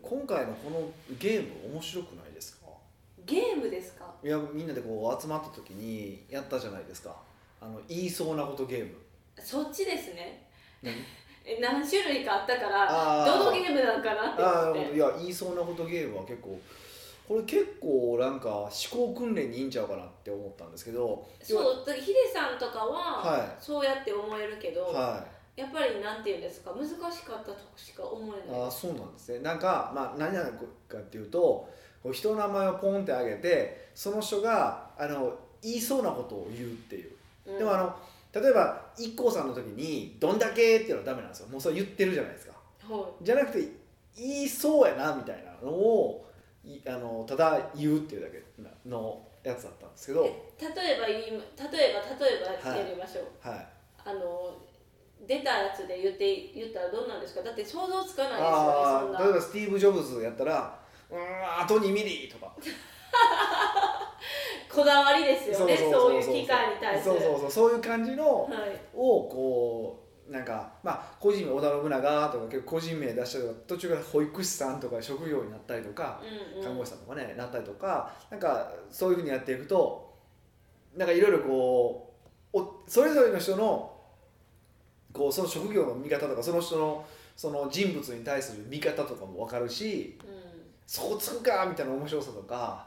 今回のこのゲーム面白くないですかゲームですかいやみんなでこう集まった時にやったじゃないですかあの言いそうなことゲームそっちですね何え何種類かあったかあらーどのゲームなんかなってあ思っーていや言いそうなことゲームは結構これ結構なんか思考訓練にいいんちゃうかなって思ったんですけどそうだヒデさんとかははそうやって思えるけど、いはいやっぱりなんていうんですか難しかったとこしか思えないあーそうなんですねなんか、まあ、何々かっていうとこう人の名前をポンって挙げてその人があの言いそうなことを言うっていう、うんでもあの例えば IKKO さんの時に「どんだけ」っていうのはダメなんですよもうそれ言ってるじゃないですかはじゃなくて言いそうやなみたいなのをいあのただ言うっていうだけのやつだったんですけどい、え例えば言い例えば例えばやりましょう、はい、あの出たやつで言って言ったらどうなんですかだって想像つかないあですあ例よえねばスティーブ・ジョブズやったら「うーんあと2ミリ」とかそんなこだわりですよねそういう機会に対すそるうそうそうそういう感じのはいをこうなんかまあ個人名織田信長とか結構個人名出したりとか途中から保育士さんとか職業になったりとかうんうん、看護師さんとかねなったりとかなんかそういうふうにやっていくとなんかいろいろこうおそれぞれの人のこうその職業の見方とかその人のその人物に対する見方とかも分かるしうそこつくかみたいな面白さとか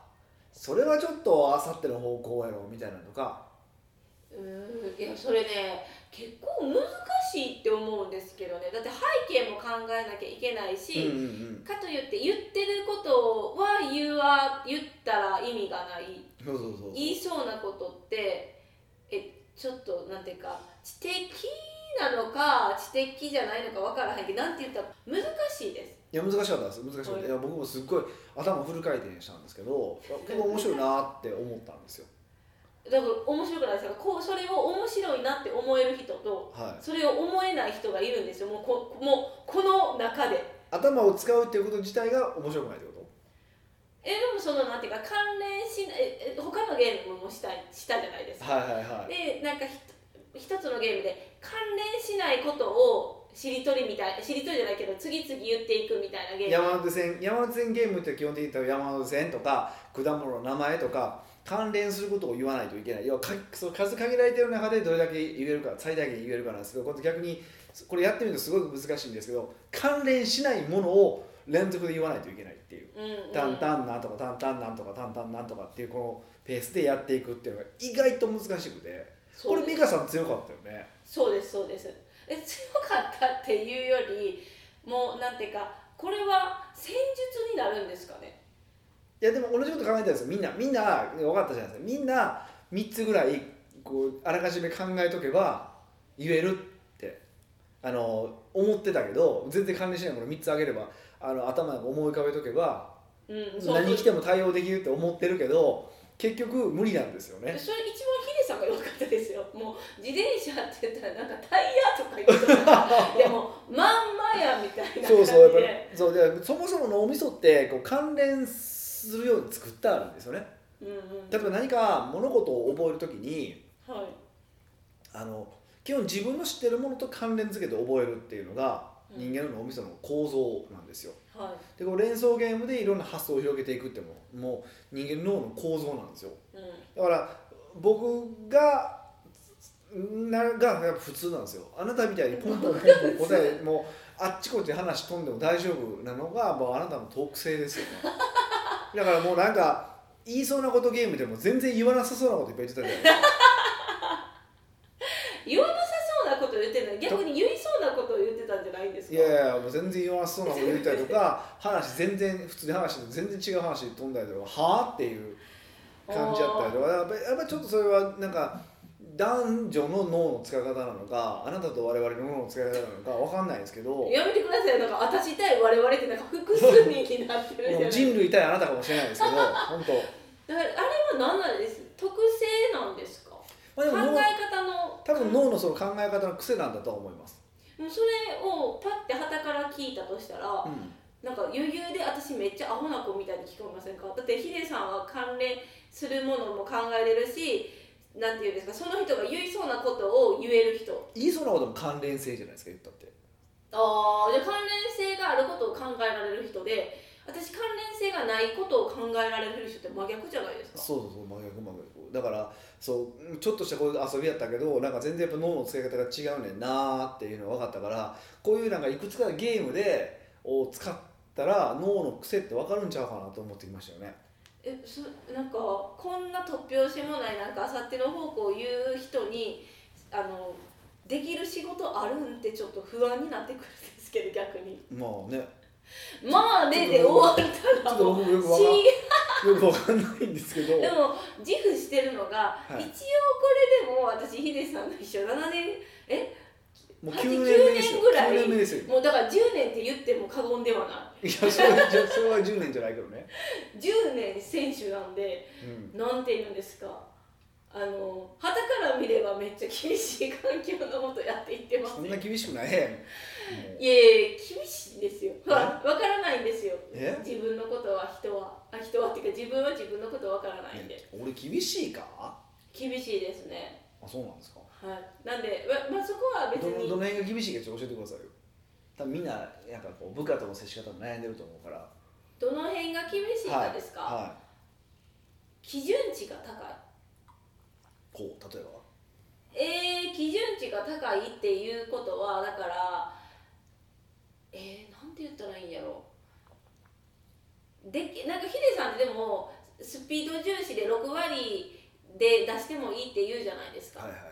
それはちょっとあさっての方向やろみたいなのとかん、うーんいやそれね結構難しいって思うんですけどねだって背景も考えなきゃいけないし、うんうんかといって言ってることは言うは言ったら意味がないそうそうそうそう言いそうなことってえちょっとなんていうか知的なのか知的じゃないのか分からへんけどなんて言ったら難しいですいや難しかったです難しかっはいたいや僕もすっごい頭フル回転したんですけど結構面白いなって思ったんですよだから面白くないですかこうそれを面白いなって思える人とはいそれを思えない人がいるんですよもうこもうこの中で頭を使うっていうこと自体が面白くないってこえでもそのなんていうか関連しないええ他のゲームもしたいしたじゃないですとか、はいはいはいでなんかひ一つのゲームで関連しないことをしりとりみたいしりとりじゃないけど次々言っていくみたいなゲーム山手線山手線ゲームって基本的に言ったら山手線とか果物の名前とか関連することを言わないといけない要はかその数限られてる中でどれだけ言えるか最大限言えるかなんですけどこれ逆にこれやってみるとすごく難しいんですけど関連しないものを連続で言わないといけないっていううんうんタンタンなんとかタンタンなんとかタンタンなんとかっていうこのペースでやっていくっていうのが意外と難しくてこそうれです美香さん強かったよねそうですそうですえ強かったっていうよりもうなんていうかこれは戦術になるんですかねいやでも同じこと考えてるんですよみんなみんな分かったじゃないですかみんな3つぐらいこうあらかじめ考えとけば言えるってあの思ってたけど全然関連しないもの3つあげればあの頭に思い浮かべとけばうんそう何来そても対応できるって思ってるけど結局無理なんですよ ねうそれ一番ヒデさんが良かったですよもう自転車って言ったらなんかタイヤとか言ってた からでもまんまやみたいなそ感うじそうやっぱりでそうでそもそも脳みそってこう関連するように作ってあるんですよねうんうん例えば何か物事を覚えるときにはいあの基本自分の知ってるものと関連付けて覚えるっていうのがうん人間の脳みその構造なんですよはでこう連想ゲームでいろんな発想を広げていくってもうもう人間の脳の構造なんですよい、うんだから僕がながやっぱ普通なんですよあなたみたいにポンポンポンポン答えもうあっちこっち話飛んでも大丈夫なのがもうあなたの特性です よねだからもうなんか言いそうなことゲームでも全然言わなさそうなこといっぱい言ってたじゃないですか言わなさそうなこと言ってない逆に言いそうなことを言ってたんじゃないんですいかやいやもう全然言わなさそうなこと言ったりとか話全然普通に話してて全然違う話で飛んだりとかはあっていう感じだったりとかやっぱりやっぱりちょっとそれはなんか男女の脳の使い方なのかあなたと我々の脳の使い方なのかわかんないですけどやめてくださいなんか私対我々ってなんか複数人になってるじゃない人類対あなたかもしれないですけど本当だからあれは何なんです特性なんですか考まあえでも脳方の多分脳のその考え方の癖なんだとは思います、もうそれをパッて旗から聞いたとしたら、うんなんか余裕で私めっちゃアホな子みたいに聞こえませんかだってヒデさんは関連するものも考えれるしなんていうんですかその人が言いそうなことを言える人言いそうなことも関連性じゃないですか言ったってあーじゃあ関連性があることを考えられる人で私関連性がないことを考えられる人って真逆じゃないですかそうそうそう真逆真逆だからそうちょっとしたこういう遊びやったけどなんか全然やっぱ脳の使い方が違うねんなーっていうのが分かったからこういうなんかいくつかのゲームでを使ったら脳の癖って分かるんちゃうかなと思ってきましたよねえそなんかこんな突拍子もないなんかあさっての方向を言う人にあのできる仕事あるんってちょっと不安になってくるんですけど逆にまあねまあねで終わったちょらっと僕もよくわかしよくわかんないんですけどでも自負してるのが、はい一応これでも私ヒデさんと一緒7年えもう8 9年目ですよ9年ぐらい9年目ですよもうだから10年って言っても過言ではないやそれはじゃそれは10年じゃないけどね、い10年選手なんでうん、なんて言うんですかあの旗から見ればめっちゃ厳しい環境のもとやっていってますそよんな厳しくないやんいやいや厳しいですよえわ分からないんですよえ自分のことは人はあ人はっていうか自分は自分のことわからないんで俺厳しいかあ厳しいですねそうなんですかはいなんでままあそこは別どのにどの辺が厳しいかちょっと教えてくださいよ多分みんななんかこう部下との接し方も悩んでると思うからどの辺が厳しいかですか、はい、は基準値が高い、いこう例えばえー、基準値が高いっていうことはだからえー、なんて言ったらいいんやろできなんかヒデさんってでもスピード重視で6割で出してもいいって言うじゃないですか、はいはいはい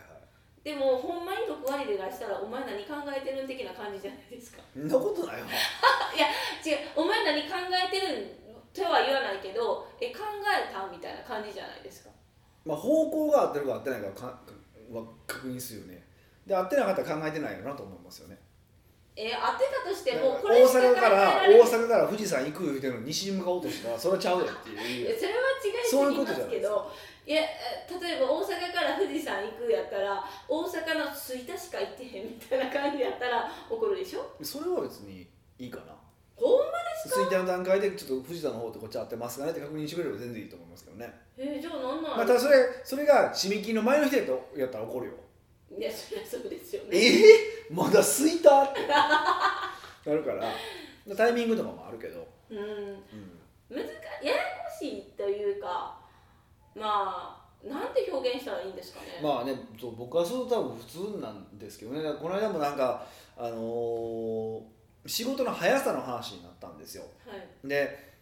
でもほんまに6割で出したらお前何考えてるん的な感じじゃないですか そんなことないわ違うお前何考えてるんとは言わないけどえ考えたみたいな感じじゃないですかまあ方向が合ってるか合ってないかかは確認するよねで合ってなかったら考えてないよなと思いますよねえー、当てたとしてだもかこられ大しか考阪えからられへん大阪から富士山行く言うてるのに西に向かおうとしたらそれはちゃうよっていいやうそれは違いすぎますけどいやえ例えば大阪から富士山行くやったら大阪の吹田しか行ってへんみたいな感じやったら怒るでしょそれは別にいいかなほんま推定の段階でちょっと富士山の方ってこっち合ってますかねって確認してくれれば全然いいと思いますけどね、えーじゃあなんなん、まあ、ただそれそれが締め切りの前の日やとやったら怒るよいやそりゃそうですよえねー、まだ空いた ってなるからタイミングとかもあるけど、うんうん、難かややこしいというかまあなんて表現したらいいんですかね、まあねそう僕はそう多分普通なんですけどねだからこの間もなんかあのー仕事の速さの話になったんですよはいで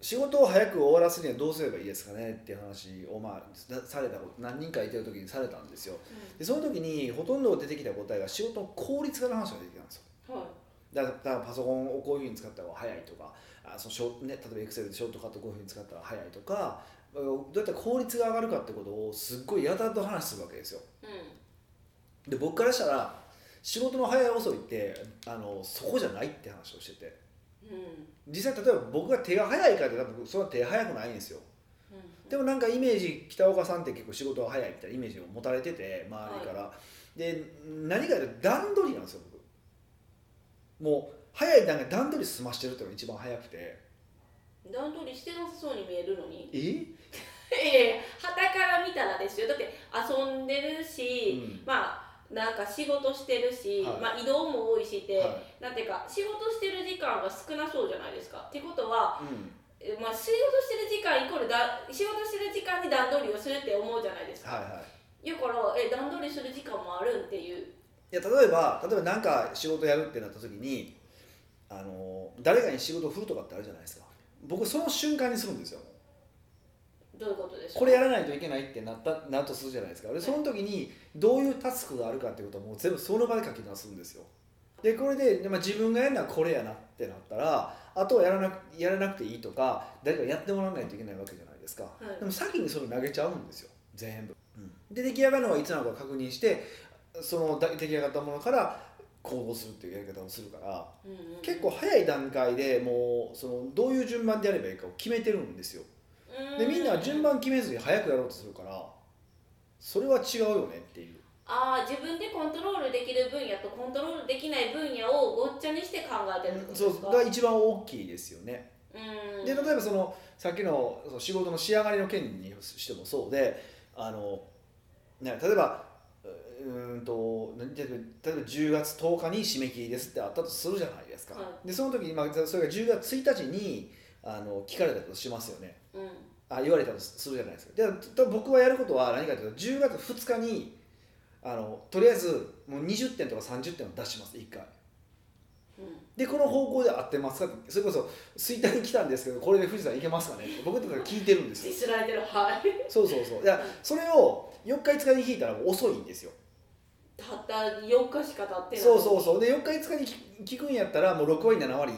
仕事を早く終わらすにはどうすればいいですかねっていう話を、まあ、さされたこと何人かいてる時にされたんですよでその時にほとんど出てきた答えが仕事の効率化の話が出てきたんですようんはいだだからパソコンをこういうふうに使った方が早いとかあそのショー、ね、例えばエクセルでショートカットこういうふうに使った方が早いとかうんどうやったら効率が上がるかってことをすっごいやたらと話するわけですようで僕からしたら仕事の早い遅いってあのそこじゃないって話をしててんうん実際例えば僕が手が早いかって多分そんな手早くないんですようんでもなんかイメージ北岡さんって結構仕事が早いみたいなイメージを持たれてて周りから、で何かというと段取りなんですよ僕もう早い段階で段取り済ましてるっていうのが一番早くて段取りしてなさそうに見えるのにえ、 ええはたから見たらですよだって遊んでるうし、んまあなんか仕事してるし、はいまあ、移動も多いしで、はなんていうか仕事してる時間が少なそうじゃないですかってことは、いうんえまあ、仕事してる時間イコールだ仕事してる時間に段取りをするって思うじゃないですか、はいはいだからえ段取りする時間もあるんっていういや例えば例えば何か仕事やるってなった時にあの誰かに仕事を振るとかってあるじゃないですか僕その瞬間にするんですよどういうことですかこれやらないといけないってなったなるとするじゃないですかでその時にどういうタスクがあるかってことをもう全部その場で書き出すんですよでこれで、でまあ、自分がやるのはこれやなってなったらあとはやらなくやらなくていいとか誰かやってもらわないといけないわけじゃないですか、いでも先にそれ投げちゃうんですよ全部、で出来上がるのはいつなのか確認してそのだ出来上がったものから行動するっていうやり方をするからうんうんうん結構早い段階でもうそのどういう順番でやればいいかを決めてるんですようでみんな順番決めずに早くやろうとするからそれは違うよねっていうああ自分でコントロールできる分野とコントロールできない分野をごっちゃにして考えてるってことそですうかが一番大きいですよね、うんで例えばそのさっきのその仕事の仕上がりの件にしてもそうであの、ね、例えばうーんと何例えば例えば10月10日に締め切りですってあったとするじゃないですか、はでその時に、まあ、それが10月1日にあの聞かれたとしますよねうんあ言われたとするじゃないですかでと僕はやることは何かというと10月2日にあのとりあえずもう20点とか30点を出します1回うんでこの方向で合ってますかってそれこそ衰退に来たんですけどこれで富士山行けますかねって僕とか聞いてるんです ディよスられてるはいそうそうそういやそれを4日5日に聞いたらもう遅いんですよたった4日しか経ってないそうそうそうで4日5日に聞聞くんやったらもう6割7割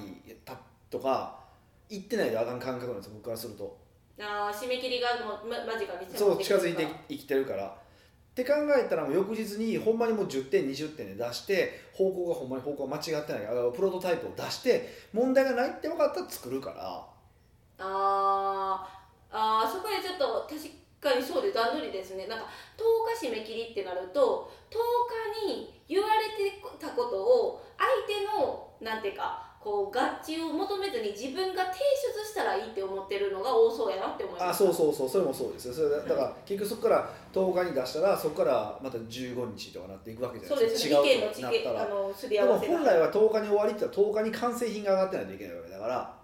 たとか行ってないとあかん感覚なんですよ僕からするとあー締め切りがもうま間近に迫ってそう近づいくてるかきらてるからって考えたらもう翌日にほんまにもう10点20点で出して方向がほんまに方向が間違ってないあプロトタイプを出して問題がないって分かったら作るからあーあーそこでちょっと確かにそうで段取りですねなんか10日締め切りってなると10日に言われてたことを相手のなんていうかこう合致を求めずに自分が提出したらいいって思ってるのが多そうやなって思いあますそうそうそうそれもそうですよそれだだから結局そこから10日に出したらそこからまた15日とかなっていくわけじゃそうないでですすねか意見違のうこと違になったあらのすりで合もわせが本来は10日に終わりって言ったら10日に完成品が上がってないといけないわけだから、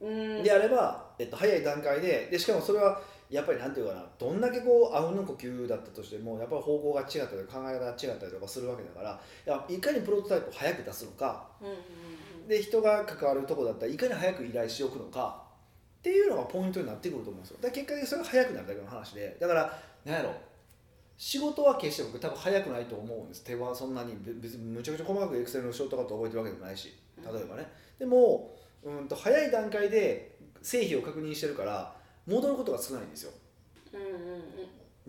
うんであれば、えっと、早い段階ででしかもそれはやっぱりなんていうかなどんだけこうあうんの呼吸だったとしてもやっぱり方向が違ったりとか考え方が違ったりとかするわけだからいやいかにプロトタイプを早く出すのかうんうんうんで人が関わるとこだったらいかに早く依頼しておくのかっていうのがポイントになってくると思うんですよだから結果的にそれが早くなるだけの話でだからなんやろ仕事は決して僕多分早くないと思うんです手はそんなにべ別にむちゃくちゃ細かくエクセルのショートカット覚えてるわけでもないし例えばねでもうんと早い段階で成否を確認してるから戻ることが少ないんですようんうんうん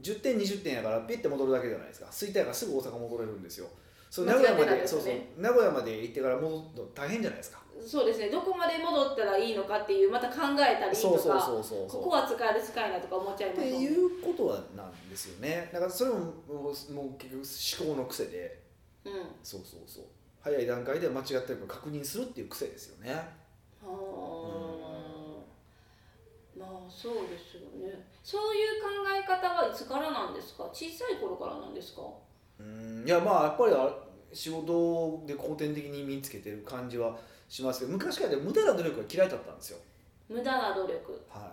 10点20点やからピッて戻るだけじゃないですか衰退がすぐ大阪戻れるんですよそう名間違古いな屋まいで、でそうすそうね名古屋まで行ってから戻るの大変じゃないですかそうですねどこまで戻ったらいいのかっていうまた考えたりとかそうそうそうそうそうここは使える使えないとか思っちゃいっますてもんいうことはなんですよねだからそれももうもう結局思考の癖でうんそうそうそう早い段階で間違ってるか確認するっていう癖ですよねはあまあそうですよねそういう考え方はいつからなんですか小さい頃からなんですかうんいやまあやっぱりあ仕事で後天的に身につけてる感じはしますけど昔からで無駄な努力が嫌いだったんですよ無駄な努力は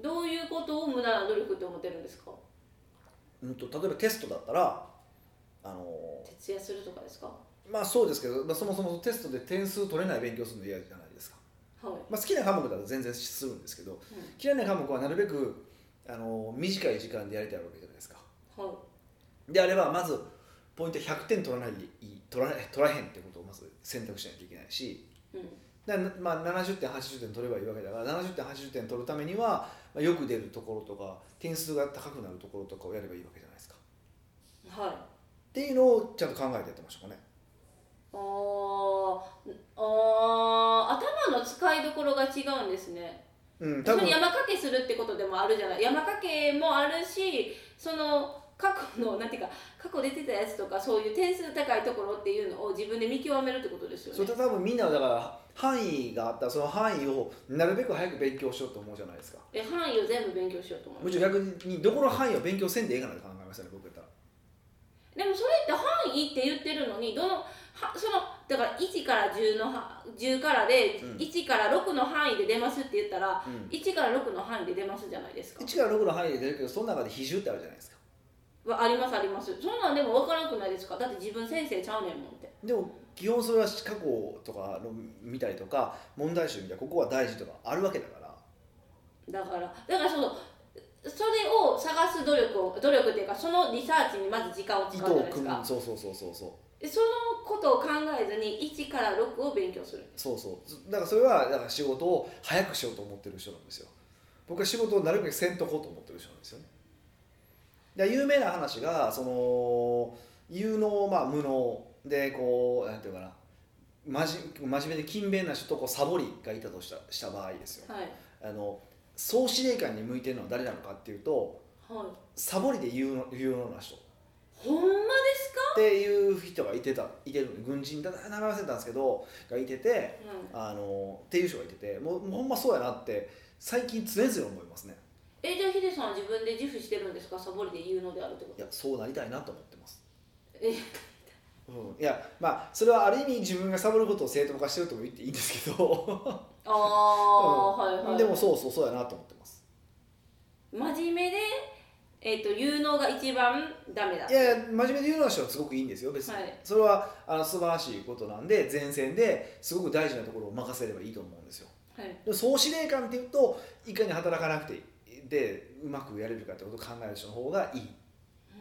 どういうことを無駄な努力って思ってるんですかい、うん、と例えばテストだったらあの徹夜するとかですかまあそうですけど、まあ、そもそもテストで点数取れない勉強するの嫌じゃないですか、はい、まあ、好きな科目だと全然するんですけどう嫌いな科目はなるべくあの短い時間でやりたいわけじゃないですかん、はいであればまずポイント100点取らない取らない取らへんってことをまず選択しないといけないしうんだからまあ、70点80点取ればいいわけだから70点80点取るためには、まあ、よく出るところとか点数が高くなるところとかをやればいいわけじゃないですかっはいていうのをちゃんと考えてやってましたかねあーあー頭の使いどころが違うんですねうんそ多分れ山かけするってことでもあるじゃない山かけもあるしその過去のなんていうか過去出てたやつとかそういう点数高いところっていうのを自分で見極めるってことですよそれねと多分みんなはだから範囲があったらその範囲をなるべく早く勉強しようと思うじゃないですかえ範囲を全部勉強しようと思うむしろ逆にどこの範囲を勉強せんでええかなと考えましたね僕やったらでもそれって範囲って言ってるのにどのはそのだから1から10のは10からでうん1から6の範囲で出ますって言ったら、うん1から6の範囲で出ますじゃないですか1から6の範囲で出るけどその中で比重ってあるじゃないですかわありますありますそんなんでも分からなくないですかだって自分先生ちゃうねんもんってでも基本それは過去とかの見たりとか問題集見たらここは大事とかあるわけだからだからだからそのそれを探す努力を努力っていうかそのリサーチにまず時間を使う糸じゃなをいです組かむそうそうそうそうそでそのことを考えずに1から6を勉強するうそうそうだからそれはだから仕事を早くしようと思ってる人なんですよ僕は仕事をなるべくせんとこうと思ってる人なんですよねで有名な話がその有能まあ無能でこうなんていうかな真面真面目で勤勉な人とこうサボりがいたとしたした場合ですよはいあの総司令官に向いてるのは誰なのかっていうとはいサボりで有能有能な人ほんまですかっていう人がいてたいてるの軍人だ名前忘れたんですけどがいててうんあのっていう人がいててもうもうほんまそうやなって最近常々思いますねえじゃあヒデさんは自分で自負してるんですかサボりで言うのであるってこいとやそうなりたいなと思ってますえうん、いやまあそれはある意味自分がサボることを正当化してるとも言っていいんですけどああ、はいは いでもそうそうそうやなと思ってます真面目で、えっと有能が一番ダメだいやいや真面目で言うのはすごくいいんですよ別に、はいそれはあの素晴らしいことなんで前線ですごく大事なところを任せればいいと思うんですよはいでも総司令官っていうといかに働かなくてでうまくやれるかってことを考える人の方がいい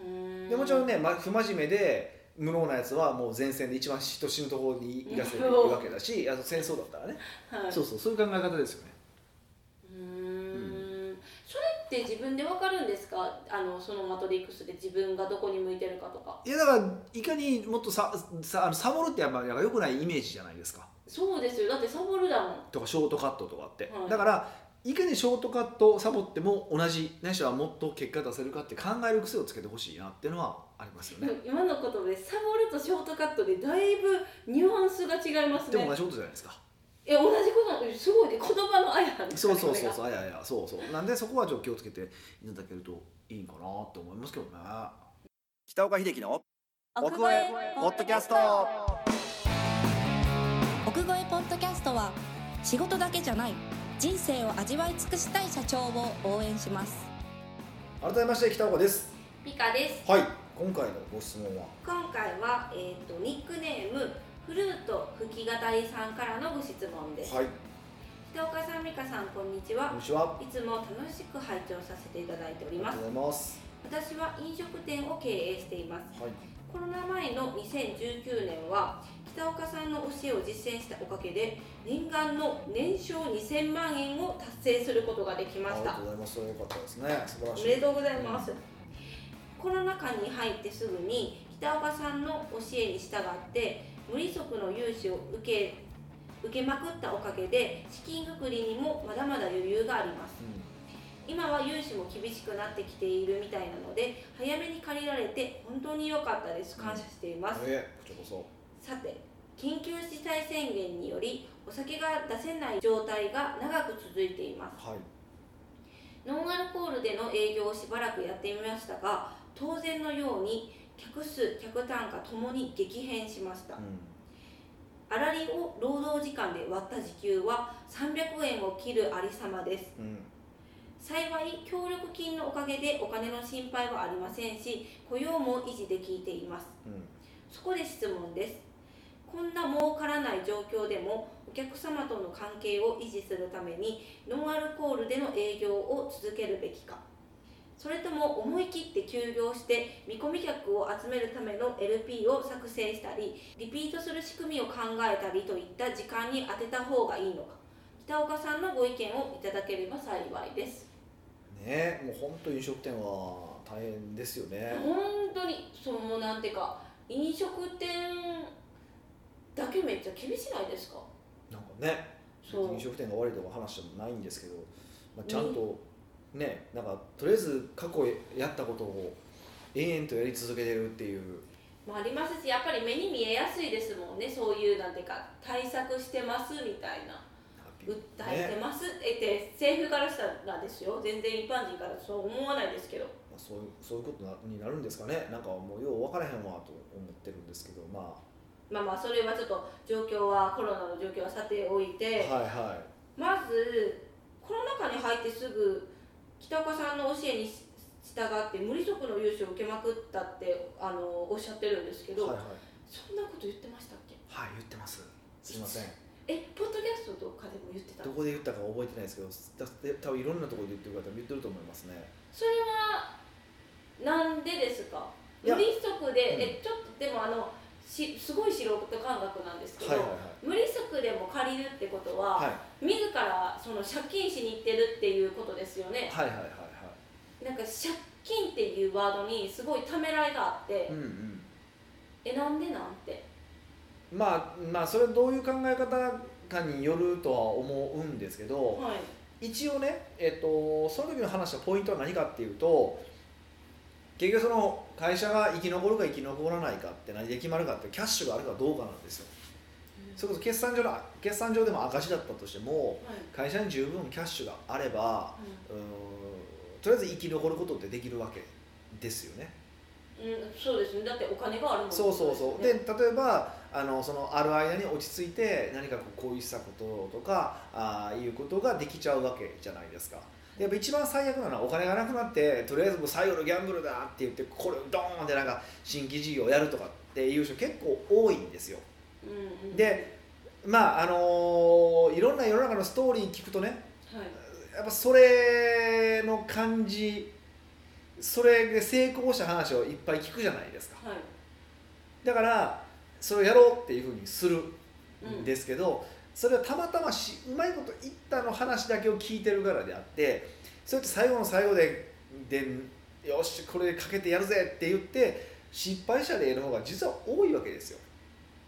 うーんでもちろんね、ま、不真面目で無能なやつはもう前線で一番人死ぬところに行かせるわけだしあの戦争だったらね、はい、そううそうそういう考え方ですよねーんそれって自分でわかるんですかあのそのマトリックスで自分がどこに向いてるかとかいやだからいかにもっとささあのサボるってやっぱ良くないイメージじゃないですかそうですよだってサボるだもんとかショートカットとかって、はいだからいかにショートカットをサボっても同じないしはもっと結果出せるかって考える癖をつけてほしいなっていうのはありますよね、今の言葉でサボるとショートカットでだいぶニュアンスが違いますでもね同じことじゃないですかいや同じことすごいね言葉のあやなんですそかうねそうそうこそうあいやいやそうそうなんでそこはちょっと気をつけていただけるといいんかなと思いますけどね北岡秀樹の奥越えポッドキャスト奥越えポッドキャストは仕事だけじゃない人生を味わい尽くしたい社長を応援します改めまして北岡ですれがピカですはい今回のご質問は今回は、えー、とニックネームフルート吹き語りさんからのご質問です、はい北岡さん美香さんこんにちこんはにちはいつも楽しく拝聴させていただいておありりがまとすうございます私は飲食店を経営していますはいコロナ前の2019年は北岡さんの教えを実践したおかげで念願の年商2000万円を達成することができまあしりたがとうございますそれは良かったですね素晴らしおいめでとうございます、コロナ禍に入ってすぐに北岡さんの教えに従って無利息の融資を受け受けまくったおかげで資金繰りにもまだまだ余裕がありますうん今は融資も厳しくなってきているみたいなので早めに借りられて本当に良かったです感謝しています、ええこちらこそさて緊急事態宣言によりお酒が出せない状態が長く続いていますはいノンアルコールでの営業をしばらくやってみましたが当然のように客数客単価ともに激変しましたうあらりを労働時間で割った時給は300円を切るありさまですんうん幸い協力金のおかげでお金の心配はありませんし雇用も維持できていますうそこで質問ですこんな儲からない状況でもお客様との関係を維持するためにノンアルコールでの営業を続けるべきかそれとも思い切って休業して見込み客を集めるための LP を作成したりリピートする仕組みを考えたりといった時間に当てた方がいいのか北岡さんのご意見をいただければ幸いですんねえもう本当飲食店は大変ですよね本当にそのもうなんていうか飲食店だけめっちゃ厳しないですかなんかねそう飲食店が悪いとか話してもないんですけど、まあ、ちゃんとねなんかとりあえず過去やったことを延々とやり続けてるっていうもありますしやっぱり目に見えやすいですもんねそういうなんていうか対策してますみたいなハッピ訴ーえてねます、えって政府からしたらですよ全然一般人からそう思わないですけどまあ、そういうそういうことなになるんですかねなんかもうよう分からへんわと思ってるんですけどままあまあそれはちょっと状況はコロナの状況はさておあ、いて、はいはまずコロナ禍に入ってすぐ北岡さんの教えに従って無利息の融資を受けまくったってあのおっしゃってるんですけいはいはいど、そんなこと言ってましたっけはい言ってますすいませんえポッドキャストとかでも言ってたどこで言ったか覚えてないですけどだって多分いろんなところで言ってる方も言ってると思いますねそれはなんでですかいや無利息で、えちょっとでもあのしすごい素人感覚なんですけど、はいはい無利息でも借りるってことは、はい自らその借金しに行ってるっていうことですよね、はいはいはいはいなんか借金っていうワードにすごいためらいがあって、うんうんえなんでなんてまあまあそれはどういう考え方かによるとは思うんですけどはい一応ね、えっと、その時の話したポイントは何かっていうと結局その会社が生き残るか生き残らないかって何で決まるかってキャッシュがあるかどうかなんですよそれこそ決算上の決算上でも赤字だったとしてもはい会社に十分キャッシュがあればううーんとりあえず生き残ることってできるわけですよね。うん、そうですねだってお金があるもんそうそうそうでね例えばあのそのある間に落ち着いて何かこうこうしたこととかああいうことができちゃうわけじゃないですかでやっぱ一番最悪なのはお金がなくなってとりあえずもう最後のギャンブルだって言ってこれをドーンってなんか新規事業やるとかっていう人結構多いんですようんうん、でまああのいろんな世の中のストーリー聞くとねはい、やっぱそれの感じそれで成功した話をいっぱい聞くじゃないですかはいだからそれをやろうっていうふうにするうんんですけど、それはたまたましうまいこと言ったの話だけを聞いてるからであってそれって最後の最後ででよしこれかけてやるぜって言って失敗した例の方が実は多いわけですよ。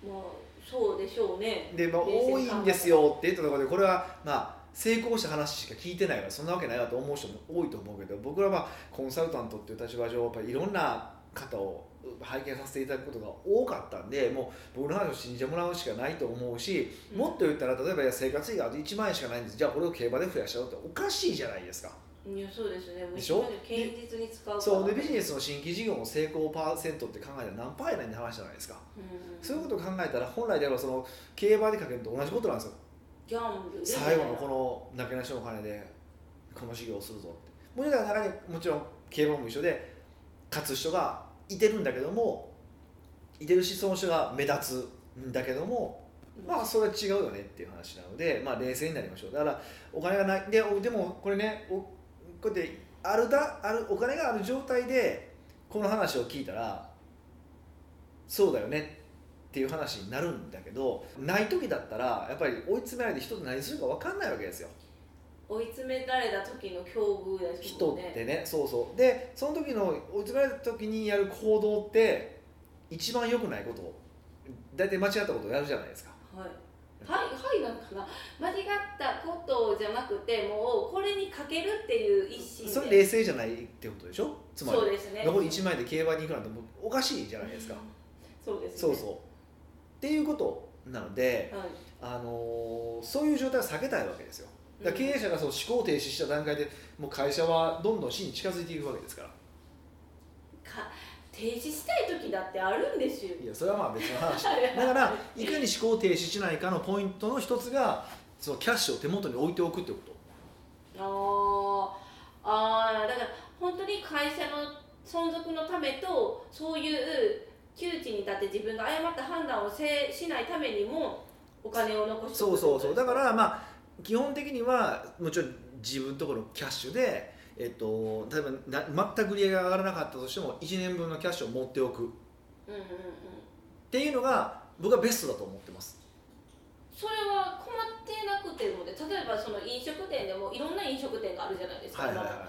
まあそうでしょうねで、まあ、冷静多いに考えたらんですよって言ったところでこれはまあ成功した話しか聞いてないからそんなわけないわと思う人も多いと思うけど僕らはまあコンサルタントっていう立場上やっぱりいろんな方を拝見させていただくことが多かったんでもう僕の話を信じてもらうしかないと思うしうんもっと言ったら例えばいや生活費があと1万円しかないんですじゃあこれを競馬で増やしちゃうっておかしいじゃないですか。いやそうですねもうでしょ一番堅実に使うからそうでビジネスの新規事業の成功パーセントって考えたら何パーやないって話じゃないですか。うんそういうことを考えたら本来であればその競馬でかけると同じことなんですよ。ギャンブルで最後のこのなけなしのお金でこの事業をするぞってもちろん中にもちろん競馬も一緒で勝つ人がいてるんだけどもいてるしその人が目立つんだけどもまあそれは違うよねっていう話なのでまあ冷静になりましょうだからお金がないでおでもこれねおこうやってあるだあるお金がある状態でこの話を聞いたらそうだよねっていう話になるんだけどない時だったらやっぱり追い詰められて人って何するか分かんないわけですよ追い詰められた時の境遇です人もっんねてねそうそうでその時の追い詰められた時にやる行動って一番良くないこと大体間違ったことをやるじゃないですかはいはい、はいなのかな間違ったことじゃなくてもうこれにかけるっていう一心でそれ冷静じゃないってことでしょつまりそうですね残り1枚で競馬に行くなんてもうおかしいじゃないですか、そうですねそうそうっていうことなので、はいあのーそういう状態を避けたいわけですよだから経営者がそう思考停止した段階でもう会社はどんどん死に近づいていくわけですからか停止したい時だってあるんですよ いやそれはまあ別の話だからいかに思考停止しないかのポイントの一つがそのキャッシュを手元に置いておくってことあーあーだから本当に会社の存続のためとそういう窮地に立って自分が誤った判断をせしないためにもお金を残しておそうくそってことうそうだからまあ基本的にはもちろん自分のところのキャッシュで、えっと、例えばな全く売り上げが上がらなかったとしても1年分のキャッシュを持っておくっうんうんうんていうのが僕はベストだと思ってますそれは困ってなくてもで例えばその飲食店でもいろんな飲食店があるじゃないですか、はいはいはいは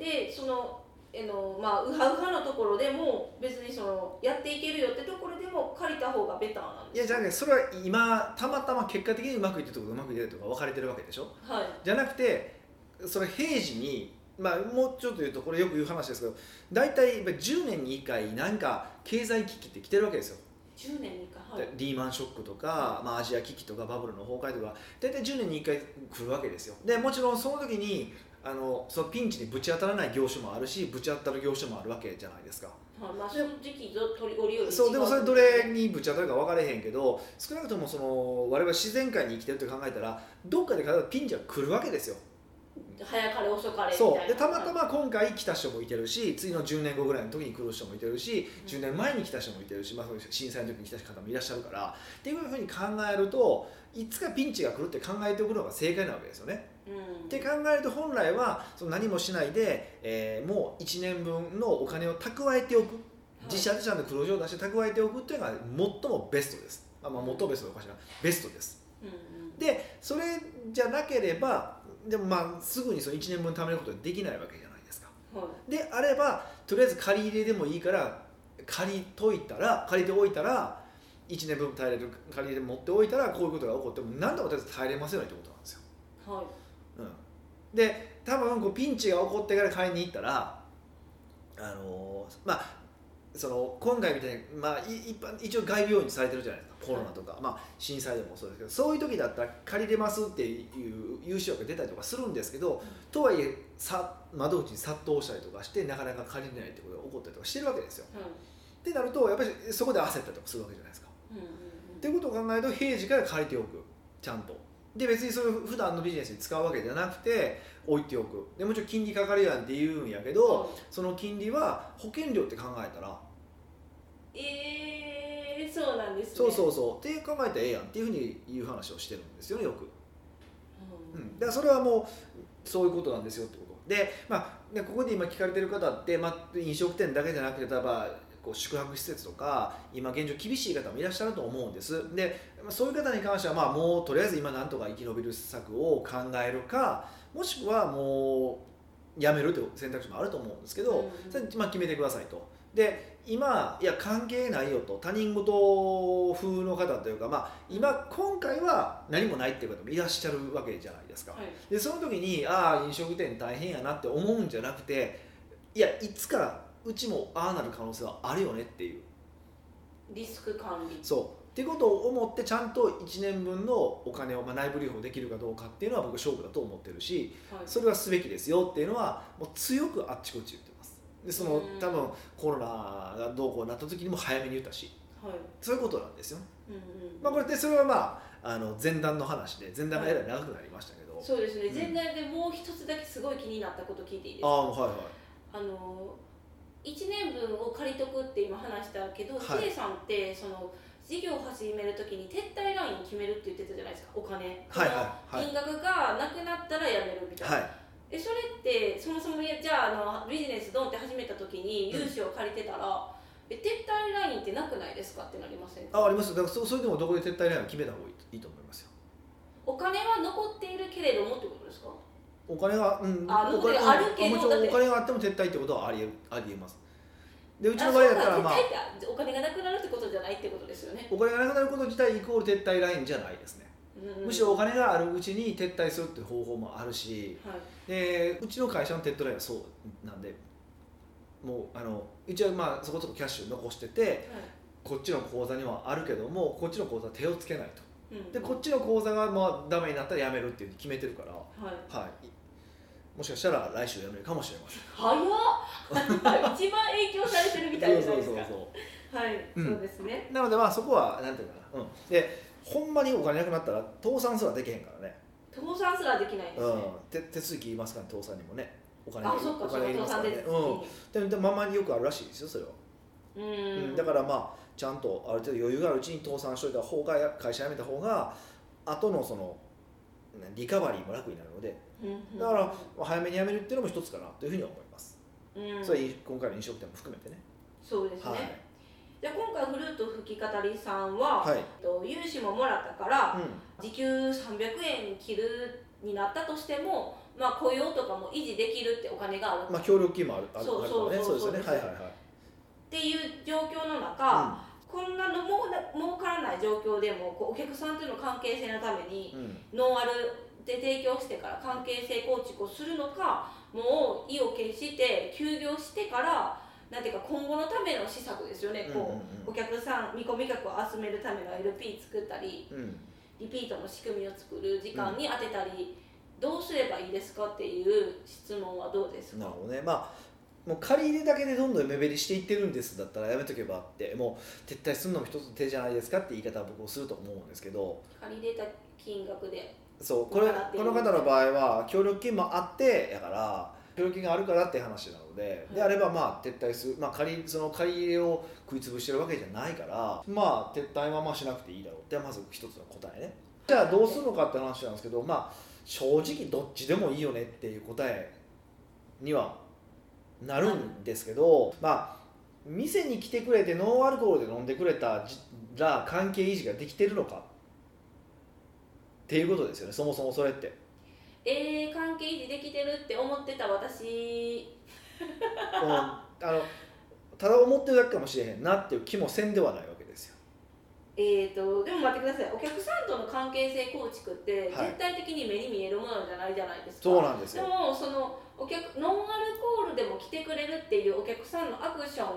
いでそのえのまあウハウハのところでも別にそのやっていけるよってところでも借りた方がベターなんいでやすじゃなくてそれは今たまたま結果的にうまくいってるところうまくいってないところが分かれてるわけでしょはいじゃなくてそれ平時にまあもうちょっと言うとこれよく言う話ですけど大体やっぱり10年に1回なんか経済危機って来てるわけですよ、 10年にかはいでリーマンショックとか、まあ、アジア危機とかバブルの崩壊とか大体10年に1回来るわけですよでもちろんその時にあのそのピンチにぶち当たらない業種もあるしぶち当たる業種もあるわけじゃないですかはいまあ、正直ど取り折りよりそうでもそれど違れうにぶち当たるか分かれへんけど少なくともその我々自然界に生きてると考えたらどっかで必ずピンチは来るわけですよ早かれ遅かれみたいそなうでたまたま今回来た人もいてるし次の10年後ぐらいの時に来る人もいてるしうん10年前に来た人もいてるし、まあ、そういう震災の時に来た方もいらっしゃるからっていうふうに考えるといつかピンチが来るって考えておくのが正解なわけですよね。うん、って考えると本来はその何もしないで、えーもう1年分のお金を蓄えておく自社自社の黒字を出して蓄えておくっていうのが最もベストです。あまあ、最もベストはおかしいなベストです。はいうんうんでそれじゃなければでもまあすぐにその1年分貯めることはできないわけじゃないですかはいであればとりあえず借り入れでもいいから借りといたら借りておいたら1年分耐えれる借り入れ持っておいたらこういうことが起こっても何度もとりあえず耐えれますよねってことなんですよ、はいうん、で多分こうピンチが起こってから買いに行ったらあのーまあその今回みたいに、まあ、い一般一応外病院にされてるじゃないですかコロナとか、まあ、震災でもそうですけどそういう時だったら借りれますっていう融資枠が出たりとかするんですけどとはいえさ窓口に殺到したりとかしてなかなか借りれないってことが起こったりとかしてるわけですよ。ってなるとやっぱりそこで焦ったりとかするわけじゃないですか。うんうんうんっていうことを考えると平時から借りておくちゃんとで別にそれを普段のビジネスに使うわけじゃなくて置いておくでもちろん金利かかるやんって言うんやけどその金利は保険料って考えたらえー、そうなんですね、そうそううそうって考えたらええやんっていうふうに言う話をしてるんですよねよく、ううんん、だからそれはもうそういうことなんですよってことで、まあ、ねここで今聞かれてる方って、まあ、飲食店だけじゃなくて例えばこう宿泊施設とか今現状厳しい方もいらっしゃると思うんですでまあそういう方に関しては、まあ、もうとりあえず今なんとか生き延びる施策を考えるかもしくはもうやめるという選択肢もあると思うんですけど、うんそれまあ、決めてくださいと。で今いや関係ないよと他人事風の方というか、まあ、今今回は何もないっていう方もいらっしゃるわけじゃないですか、はいでその時にああ飲食店大変やなって思うんじゃなくていやいつかうちもああなる可能性はあるよねっていうリスク管理そうっていうことを思ってちゃんと1年分のお金を、まあ、内部留保できるかどうかっていうのは僕勝負だと思ってるしはいそれはすべきですよっていうのはもう強くあっちこっち言ってますでそのうん多分コロナがどうこうなった時にも早めに言ったしはいそういうことなんですよ、うんうんまあ、これでそれはまああの前段の話で前段がえらい長くなりましたけど、そうですねうん前段でもう一つだけすごい気になったこと聞いていいであすかあはいはいあの1年分を借りとくって今話したけど、はい J さんってその事業を始めるときに撤退ライン決めるって言ってたじゃないですかお金、はいはいはいこの金額がなくなったらやめるみたいな、はいえそれってそもそもいやじゃああのビジネスドンって始めたときに融資を借りてたら、え撤退ラインってなくないですかってなりませんかあありますよだからそそれでもどこで撤退ラインを決めた方がいいいいと思いますよお金は残っているけれどもってことですかお金が、うん、あお金残りあるけどもちろだっんおて金があっても撤退ってことはありえありえますでううちの場合だったらまあ撤退ってお金がなくなるってことじゃないってことですよね、お金がなくなること自体イコール撤退ラインじゃないですね、うんむしろお金があるうちに撤退するっていう方法もあるしはいでうちの会社の撤退ラインはそうなんでもうあのうちはまあそこそこキャッシュ残しててこっちの口座にはあるけどもこっちの口座は手をつけないとはいうんでこっちの口座がまあダメになったらやめるっていうふうに決めてるからはいはい、もしかしたら来週やめるかもしれません。早っ一番影響されてる みたいじゃないですかそはい、うんそうですねうなのでまあそこはなんていうのかな、うん、でほんまにお金なくなったら倒産すらできへんからね、倒産すらできないですうんね、、手手続きいりますから、倒産にもねお金あそっかおそっ金いりかま倒すから産ねです、うん、ででまんまによくあるらしいですよそれは、うんうんだからまあちゃんとある程度余裕があるうちに倒産しといた方が会社辞めた方が後のそのねリカバリーも楽になるのでうんだから早めに辞めるっていうのも一つかなというふうには思います、うんそれは今回の飲食店も含めてねそうですね、はいじゃあ今回フルート吹き語りさんは、はいえっと融資ももらったから、うん時給300円切るになったとしてもまあ雇用とかも維持できるってお金があるまあ、協力金もあるあるそうそうあるからねそうそうですよねはいはいはいっていう状況の中、こんなのもうな儲からない状況でもこうお客さんとの関係性のためにうんうんノンアルで提供してから関係性構築をするのかもう意を決して休業してからなんていうか今後のための施策ですよね、うんこうお客さん見込み客を集めるための LP 作ったりうんうんリピートの仕組みを作る時間に当てたり、どうすればいいですかっていう質問はどうですなるか、ほどねまあもう借り入れだけでどんどん目減りしていってるんですだったらやめとけばってもう撤退するのも一つの手じゃないですかって言い方は僕をすると思うんですけど借り入れた金額でそうこれわかってこるの方の場合は協力金もあってやから協力金があるからって話なので、ではあいればまあ撤退する、まあ、借りその借り入れを食い潰してるわけじゃないからまあ撤退はまあしなくていいだろうってまず一つの答えねじゃあどうするのかって話なんですけどまあ正直どっちでもいいよねっていう答えにはなるんですけど、まあ店に来てくれてノンアルコールで飲んでくれたじら関係維持ができてるのかっていうことですよねそもそもそれってえー、関係維持できてるって思ってた私うんあのただ思ってるだけかもしれへんなっていう気もせんではないわけですよ。えー、とでも待ってくださいお客さんとの関係性構築ってはい絶対的に目に見えるものじゃないじゃないですか、そうなんですでよ。もそのお客ノンアルコールでも来てくれるっていうお客さんのアクションっ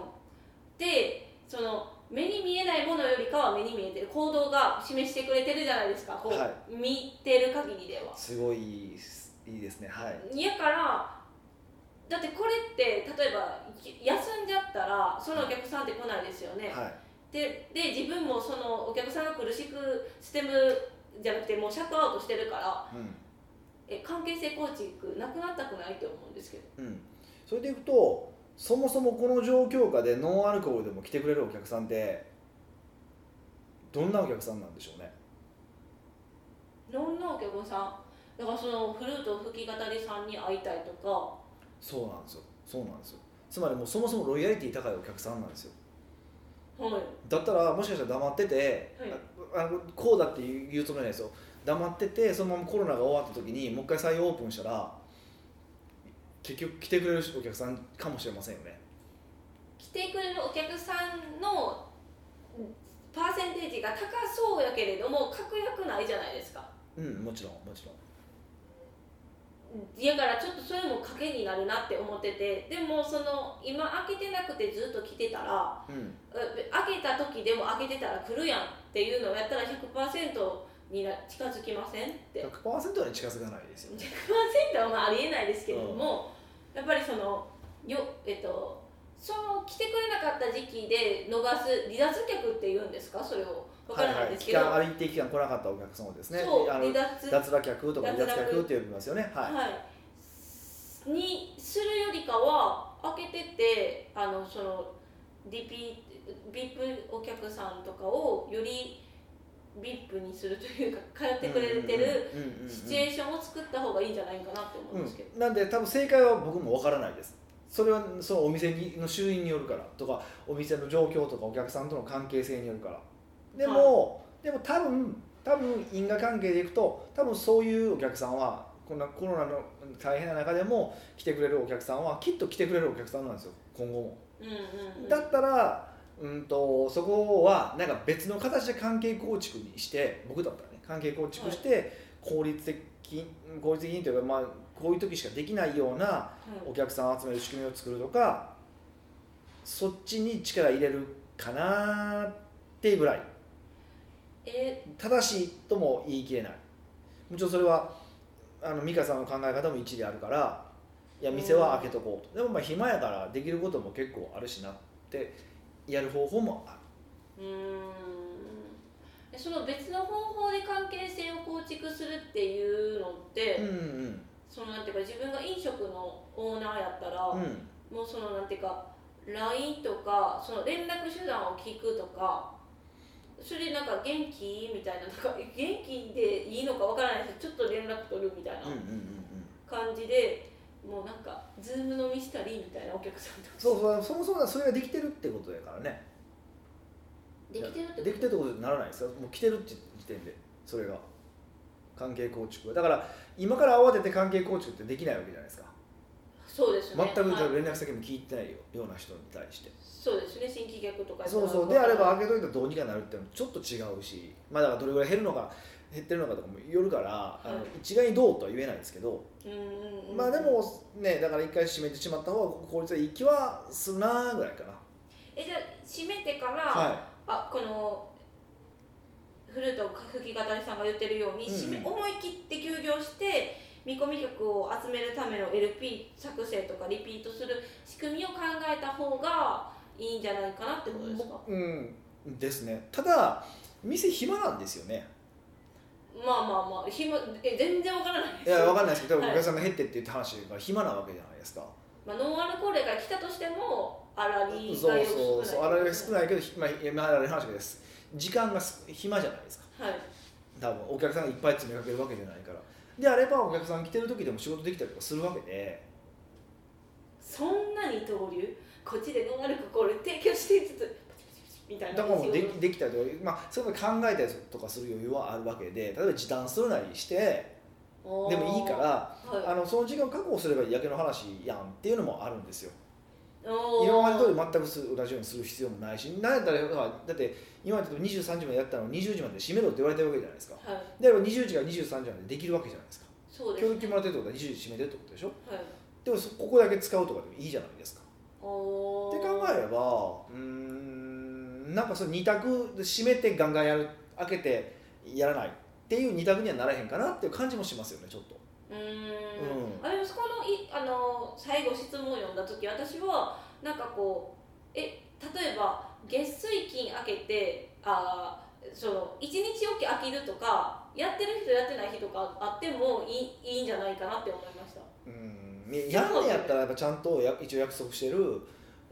てその目に見えないものよりかは目に見えてる行動が示してくれてるじゃないですかこう、は見てる限りでは。すごいいいですいいですねはいやからだってこれって例えば休んじゃったらそのお客さんって来ないですよね。はいでで自分もそのお客さんが苦しくステムじゃなくてもうシャットアウトしてるからうんえ関係性構築なくなったくないと思うんですけどうん、それでいくとそもそもこの状況下でノンアルコールでも来てくれるお客さんってどんなお客さんなんでしょうねどんなお客さんだからそのフルート吹き語りさんに会いたいとかそうなんですよそうなんですよつまりもうそもそもロイヤリティ高いお客さんなんですよはいだったらもしかしたら黙ってて、ああのこうだって言う言うつもりはないですよ黙っててそのままコロナが終わった時にもう一回再オープンしたら結局来てくれるお客さんかもしれませんよね来てくれるお客さんのパーセンテージが高そうやけれども確約ないじゃないですかうんもちろんもちろんだからちょっとそれも賭けになるなって思っててでもその今開けてなくてずっと来てたらうんえ開けた時でも開けてたら来るやんっていうのをやったら100%にな近づきませんって100%に近づかないですよね100%はまあありえないですけれども、やっぱりそのよえっとその来てくれなかった時期で逃す離脱客って言うんですかそれを分からないですけど、はいはい、期間歩いて期間来なかったお客様ですねそうあ離の脱脱落客とか離脱脱落客って呼びますよねはい、はい、にするよりかは開けててあのそのリピー VIP お客さんとかをより VIP にするというか通ってくれてるうんうんうんうんうんシチュエーションを作った方がいいんじゃないかなって思うんですけど、うん、なんで多分正解は僕もわからないですそれはそのお店にの周囲によるからとかお店の状況とかお客さんとの関係性によるからでも、でも多分多分因果関係でいくと多分そういうお客さんはこんなコロナの大変な中でも来てくれるお客さんはきっと来てくれるお客さんなんですよ今後も。うんうんうん、だったら、うん、とそこはなんか別の形で関係構築にして僕だったらね関係構築して、効率的効率的にというか、まあ、こういう時しかできないようなはいお客さんを集める仕組みを作るとかそっちに力入れるかなっていうぐらいえ正しいとも言い切れないもちろんそれはあの美香さんの考え方も一理あるからいや店は開けとこうとでもまあ暇やからできることも結構あるしなってやる方法もあうーんえその別の方法で関係性を構築するっていうのって、るうんうんそのなんていうか自分が飲食のオーナーやったら、うんもうそのなんていうか LINE とかその連絡手段を聞くとかそれでなんか元気みたいななんかえ元気でいいのかわからないですけどちょっと連絡取るみたいなうんうんうんうん感じで、もうなんかズーム飲みしたりみたいなお客さんとそうそうそもそもそれができてるってことやからねできてるってことできてるってことにならないですかもう来てるって時点でそれが関係構築はだから今から慌てて関係構築ってできないわけじゃないですかそうです全ねくはい連絡先も聞いてないよような人に対してそうですね新規客とかやったそらうそうであれば開けといたらどうにかなるっていうのもちょっと違うしまあだからどれぐらい減るのか減ってるのかとかもよるから、あのはい一概にどうとは言えないですけど、うんうんうんまあでもねだから一回閉めてしまった方が効率はいい気はするなぐらいかなえじゃあ閉めてから、はあこのフルート吹き語りさんが言ってるように、うんうん締め思い切って休業して見込み客を集めるための LP 作成とかリピートする仕組みを考えた方がいいんじゃないかなってことですか、いうんですねただ店暇なんですよねまあまあまあ暇え全然わからないいですやわかんなない、いですけど多分はおい客さんが減ってって言った話だから暇なわけじゃないですか、まあ、ノンアルコールが来たとしてもあらりそがうよそうくそう少あないられ少ないけどひまあ今あられ話だけです時間がす暇じゃないですかはい多分お客さんがいっぱい詰めかけるわけじゃないからであればお客さん来てる時でも仕事できたりとかするわけでそんなに登竜こっちでノンアルコール提供していつつパチパチパチみたいだなからもうできできたりとか、まあ、そういうの考えたりとかする余裕はあるわけで例えば時短するなりしてででもいいからはいあのその時間を確保すればいいだけの話やんっていうのもあるんですよおー今まで通り全くす同じようにする必要もないしなんだったらほらだって今まで23時までやったのを20時まで閉めろって言われてるわけじゃないですかはいであれば20時から23時までできるわけじゃないですかそうです教ね育もらってるってことは20時閉めてるってことでしょはいでもそここだけ使うとかでもいいじゃないですかおっーて考えればうーんなんかその2択で閉めてガンガンやる開けてやらないっていう2択にはならへんかなっていう感じもしますよねちょっと。うーうんんあれそこのいあの最後質問を読んだ時私はなんかこうえ例えば月水金開けてあーその1日おき飽きるとかやってる人やってない人とかあってもいいいいんじゃないかなって思いましたうんねやるんやったらやっぱちゃんとや一応約束してる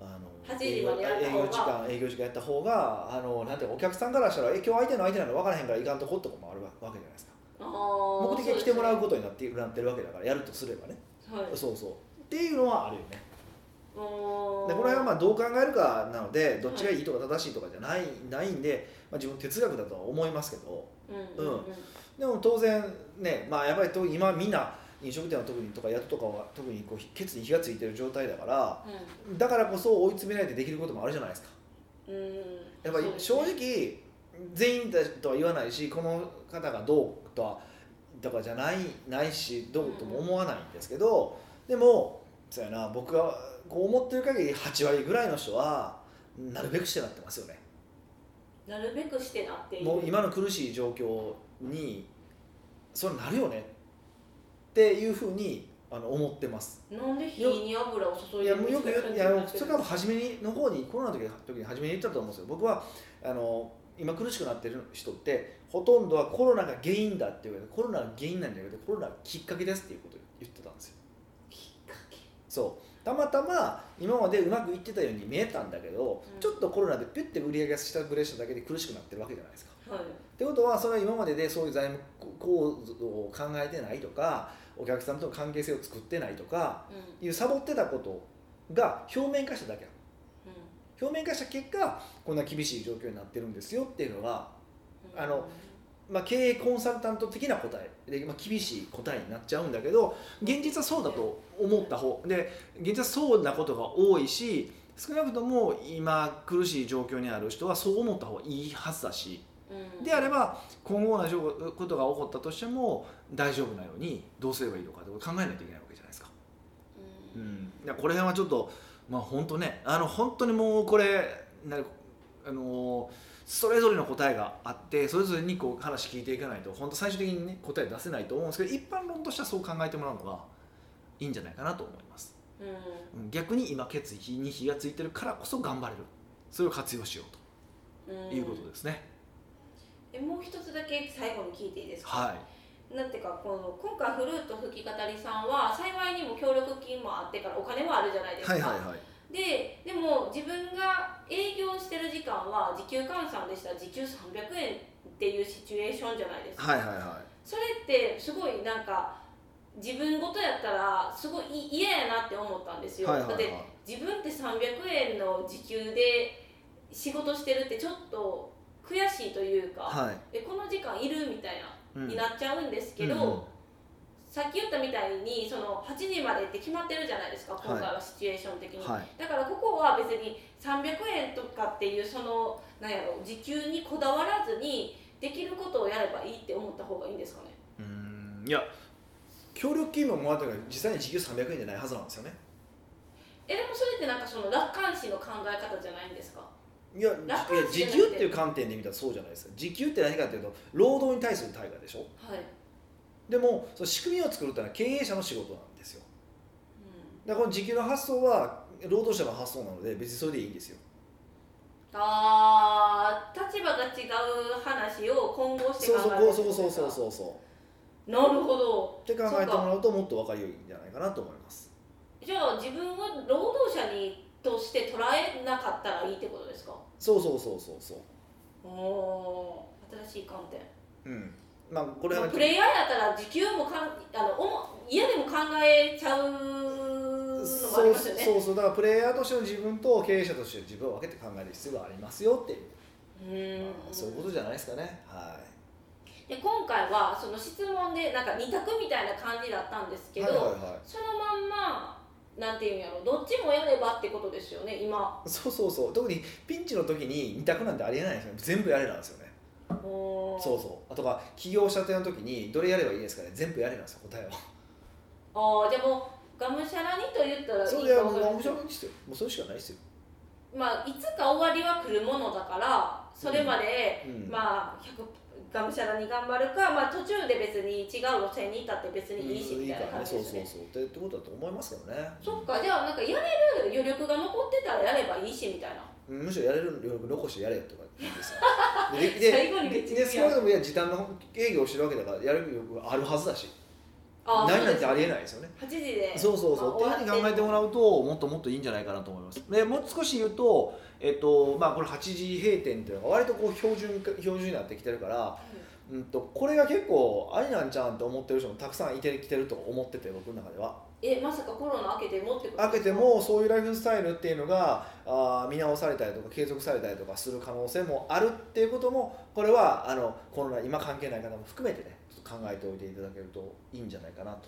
あの8時までやった営方業が時間営業時間やった方があのなんていうのお客さんからしたらえ今日相手の相手なの分からへんからいかんとこっとかもあるわけじゃないですかあ目的が来てもらうこととになってなってるわけだからやるとすればねはいそうそうっていうのはあるよねおーでこれはまあどう考えるかなのでどっちがいいとか正しいとかじゃないないんで、まあ、自分哲学だとは思いますけどうんうんうんでも当然ねまあやっぱりと今みんな飲食店は特にとか宿とかは特にこうケツに火がついてる状態だからだからこそ追い詰められてできることもあるじゃないですかうんやっぱり正そうですね直全員だとは言わないしこの方がどうとはとかじゃないないしどうとも思わないんですけど、でもそうやな僕がこう思ってる限り8割ぐらいの人はなるべくしてなってますよねなるべくしてなっていうもう今の苦しい状況にそれなるよねっていうふうにあの思ってますなんで火に油を注いいでやるんもでうすよくか言ういやそれからも初めにの方にコロナの時時に初めに言ったと思うんですよ僕はあの今苦しくなってる人ってほとんどはコロナが原因だっていうコロナが原因なんじゃなくてコロナがきっかけですっていうことを言ってたんですよきっかけそうたまたま今までうまくいってたように見えたんだけど、うんちょっとコロナでピュッて売り上げが下振れしただけで苦しくなってるわけじゃないですかはいってことはそれは今まででそういう財務構造を考えてないとかお客さんとの関係性を作ってないとかうんいうサボってたことが表面化しただけなのう表面化した結果こんな厳しい状況になってるんですよっていうのが、んあのまあ、経営コンサルタント的な答えで、まあ、厳しい答えになっちゃうんだけど現実はそうだと思った方で現実はそうなことが多いし少なくとも今苦しい状況にある人はそう思った方がいいはずだしうんであれば今後同じことが起こったとしても大丈夫なようにどうすればいいのかってことを考えないといけないわけじゃないですか。ううんん、だからこれ辺はちょっとまあ本当ねあの本当にもうこれなあのーそれぞれの答えがあってそれぞれにこう話聞いていかないと本当最終的にね答え出せないと思うんですけど一般論としてはそう考えてもらうのがいいんじゃないかなと思いますうんうん逆に今決意に火がついてるからこそ頑張れるそれを活用しよううんということですね、えもう一つだけ最後に聞いていいですかはいなんていうかこの今回フルート吹き語りさんは幸いにも協力金もあってからお金もあるじゃないですか、はいはいはいででも自分が営業してる時間は時給換算でしたら時給300円っていうシチュエーションじゃないですか、はいはいはそれってすごいなんか自分ごとやったらすごい嫌やなって思ったんですいよ、はいはいだっはいて自分って300円の時給で仕事してるってちょっと悔しいというか、はいえこの時間いるみたいな、うんになっちゃうんですけど、うんうんさっき言ったみたいにその8時までって決まってるじゃないですか今回はシチュエーション的に、はいだからここは別に300円とかっていうそのなんやろ時給にこだわらずにできることをやればいいって思った方がいいんですかねうーんいや協力金ももらったから実際に時給300円じゃないはずなんですよねえでもそれってなんかその楽観視の考え方じゃないんですかいや楽いや観視じ時ゃなくて給っていう観点で見たらそうじゃないですか時給って何かっていうと労働に対する対価でしょはい、でもその仕組みを作るってのは経営者の仕事なんですようん、だからこの時給の発想は労働者の発想なので別にそれでいいんですよあー立場が違う話を混合してそう考そうえるそうそうそうそうそなるほどうって考えてもらうともっと分かりよいんじゃないかなと思いますじゃあ自分は労働者にとして捉えなかったらいいってことですかそうそうそうそうそおおー新しい観点ううんまあこれまはあプレイヤーやったら時給もかんあのおも嫌でも考えちゃうのもあそりうますよねそうそうだからプレイヤーとしての自分と経営者としての自分を分けて考える必要がありますよっていううーんまあそういうことじゃないですかねはで今回はその質問でなんか二択みたいな感じだったんですいけど、はいはいはそのまんまなんていうんやろどっちもやればってことですよね今いそうそうそう特にピンチの時に二択なんてありえないですよね全部やれなんですよねおーそうそうあとは起業したての時にどれやればいいですかね全部やれなんですよ答えはあーじゃあもうがむしゃらにと言ったらいいそれかはもわかうりがむしませゃんらにしてもうそれしかないですよ、まあいつか終わりは来るものだからそれまで、うんまあ100がむしゃらに頑張るか、まあ、途中で別に違う路線に行ったって別にいいしうんみたいなから感ねじそうですそうねそうってってことだと思いますけどねそっかじゃあなんかやれる余力が残ってたらやればいいしみたいなうんむしろやれる余力残してやれよとか言うんですよ でで最後にめっちでゃ言う少やんなくともいや時短の営業をしてるわけだからやる余力があるはずだしあ何なんてありえないないですよね8時でそうそうそう、まあっていうふうに考えてもらうともっともっといいんじゃないかなと思いますでもう少し言うと、えっとまあ、これ8時閉店っていうのが割とこう標準化標準になってきてるから、うん、とこれが結構ありなんちゃうんと思ってる人もたくさんいてきてると思ってて僕の中ではえまさかコロナ明けてもってこと開けてもそういうライフスタイルっていうのがあー見直されたりとか継続されたりとかする可能性もあるっていうこともこれはあのコロナ今関係ない方も含めてねちょっと考えておいていただけるといいんじゃないかなと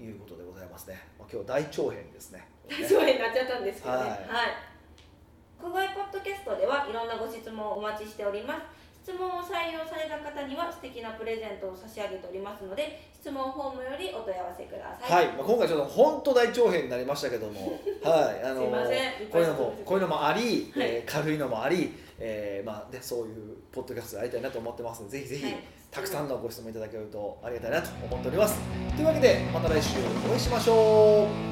いうことでございますね、まあ、今日大長編ですね大丈夫になっちゃったんですけどねははいい、国外ポッドキャストではいろんなご質問をお待ちしております質問を採用された方には素敵なプレゼントを差し上げておりますので質問フォームよりお問い合わせくださ、はいい、まあ、今回ちょっと本当大長編になりましたけど もはいあのすいませんこういうのもこういうのもあり、はいえー軽いのもあり、えーまあね、そういうポッドキャストやりたいなと思ってますのでぜひぜひ、はいたくさんのご質問いただけるとありがたいなと思っておりますというわけでまた来週お会いしましょう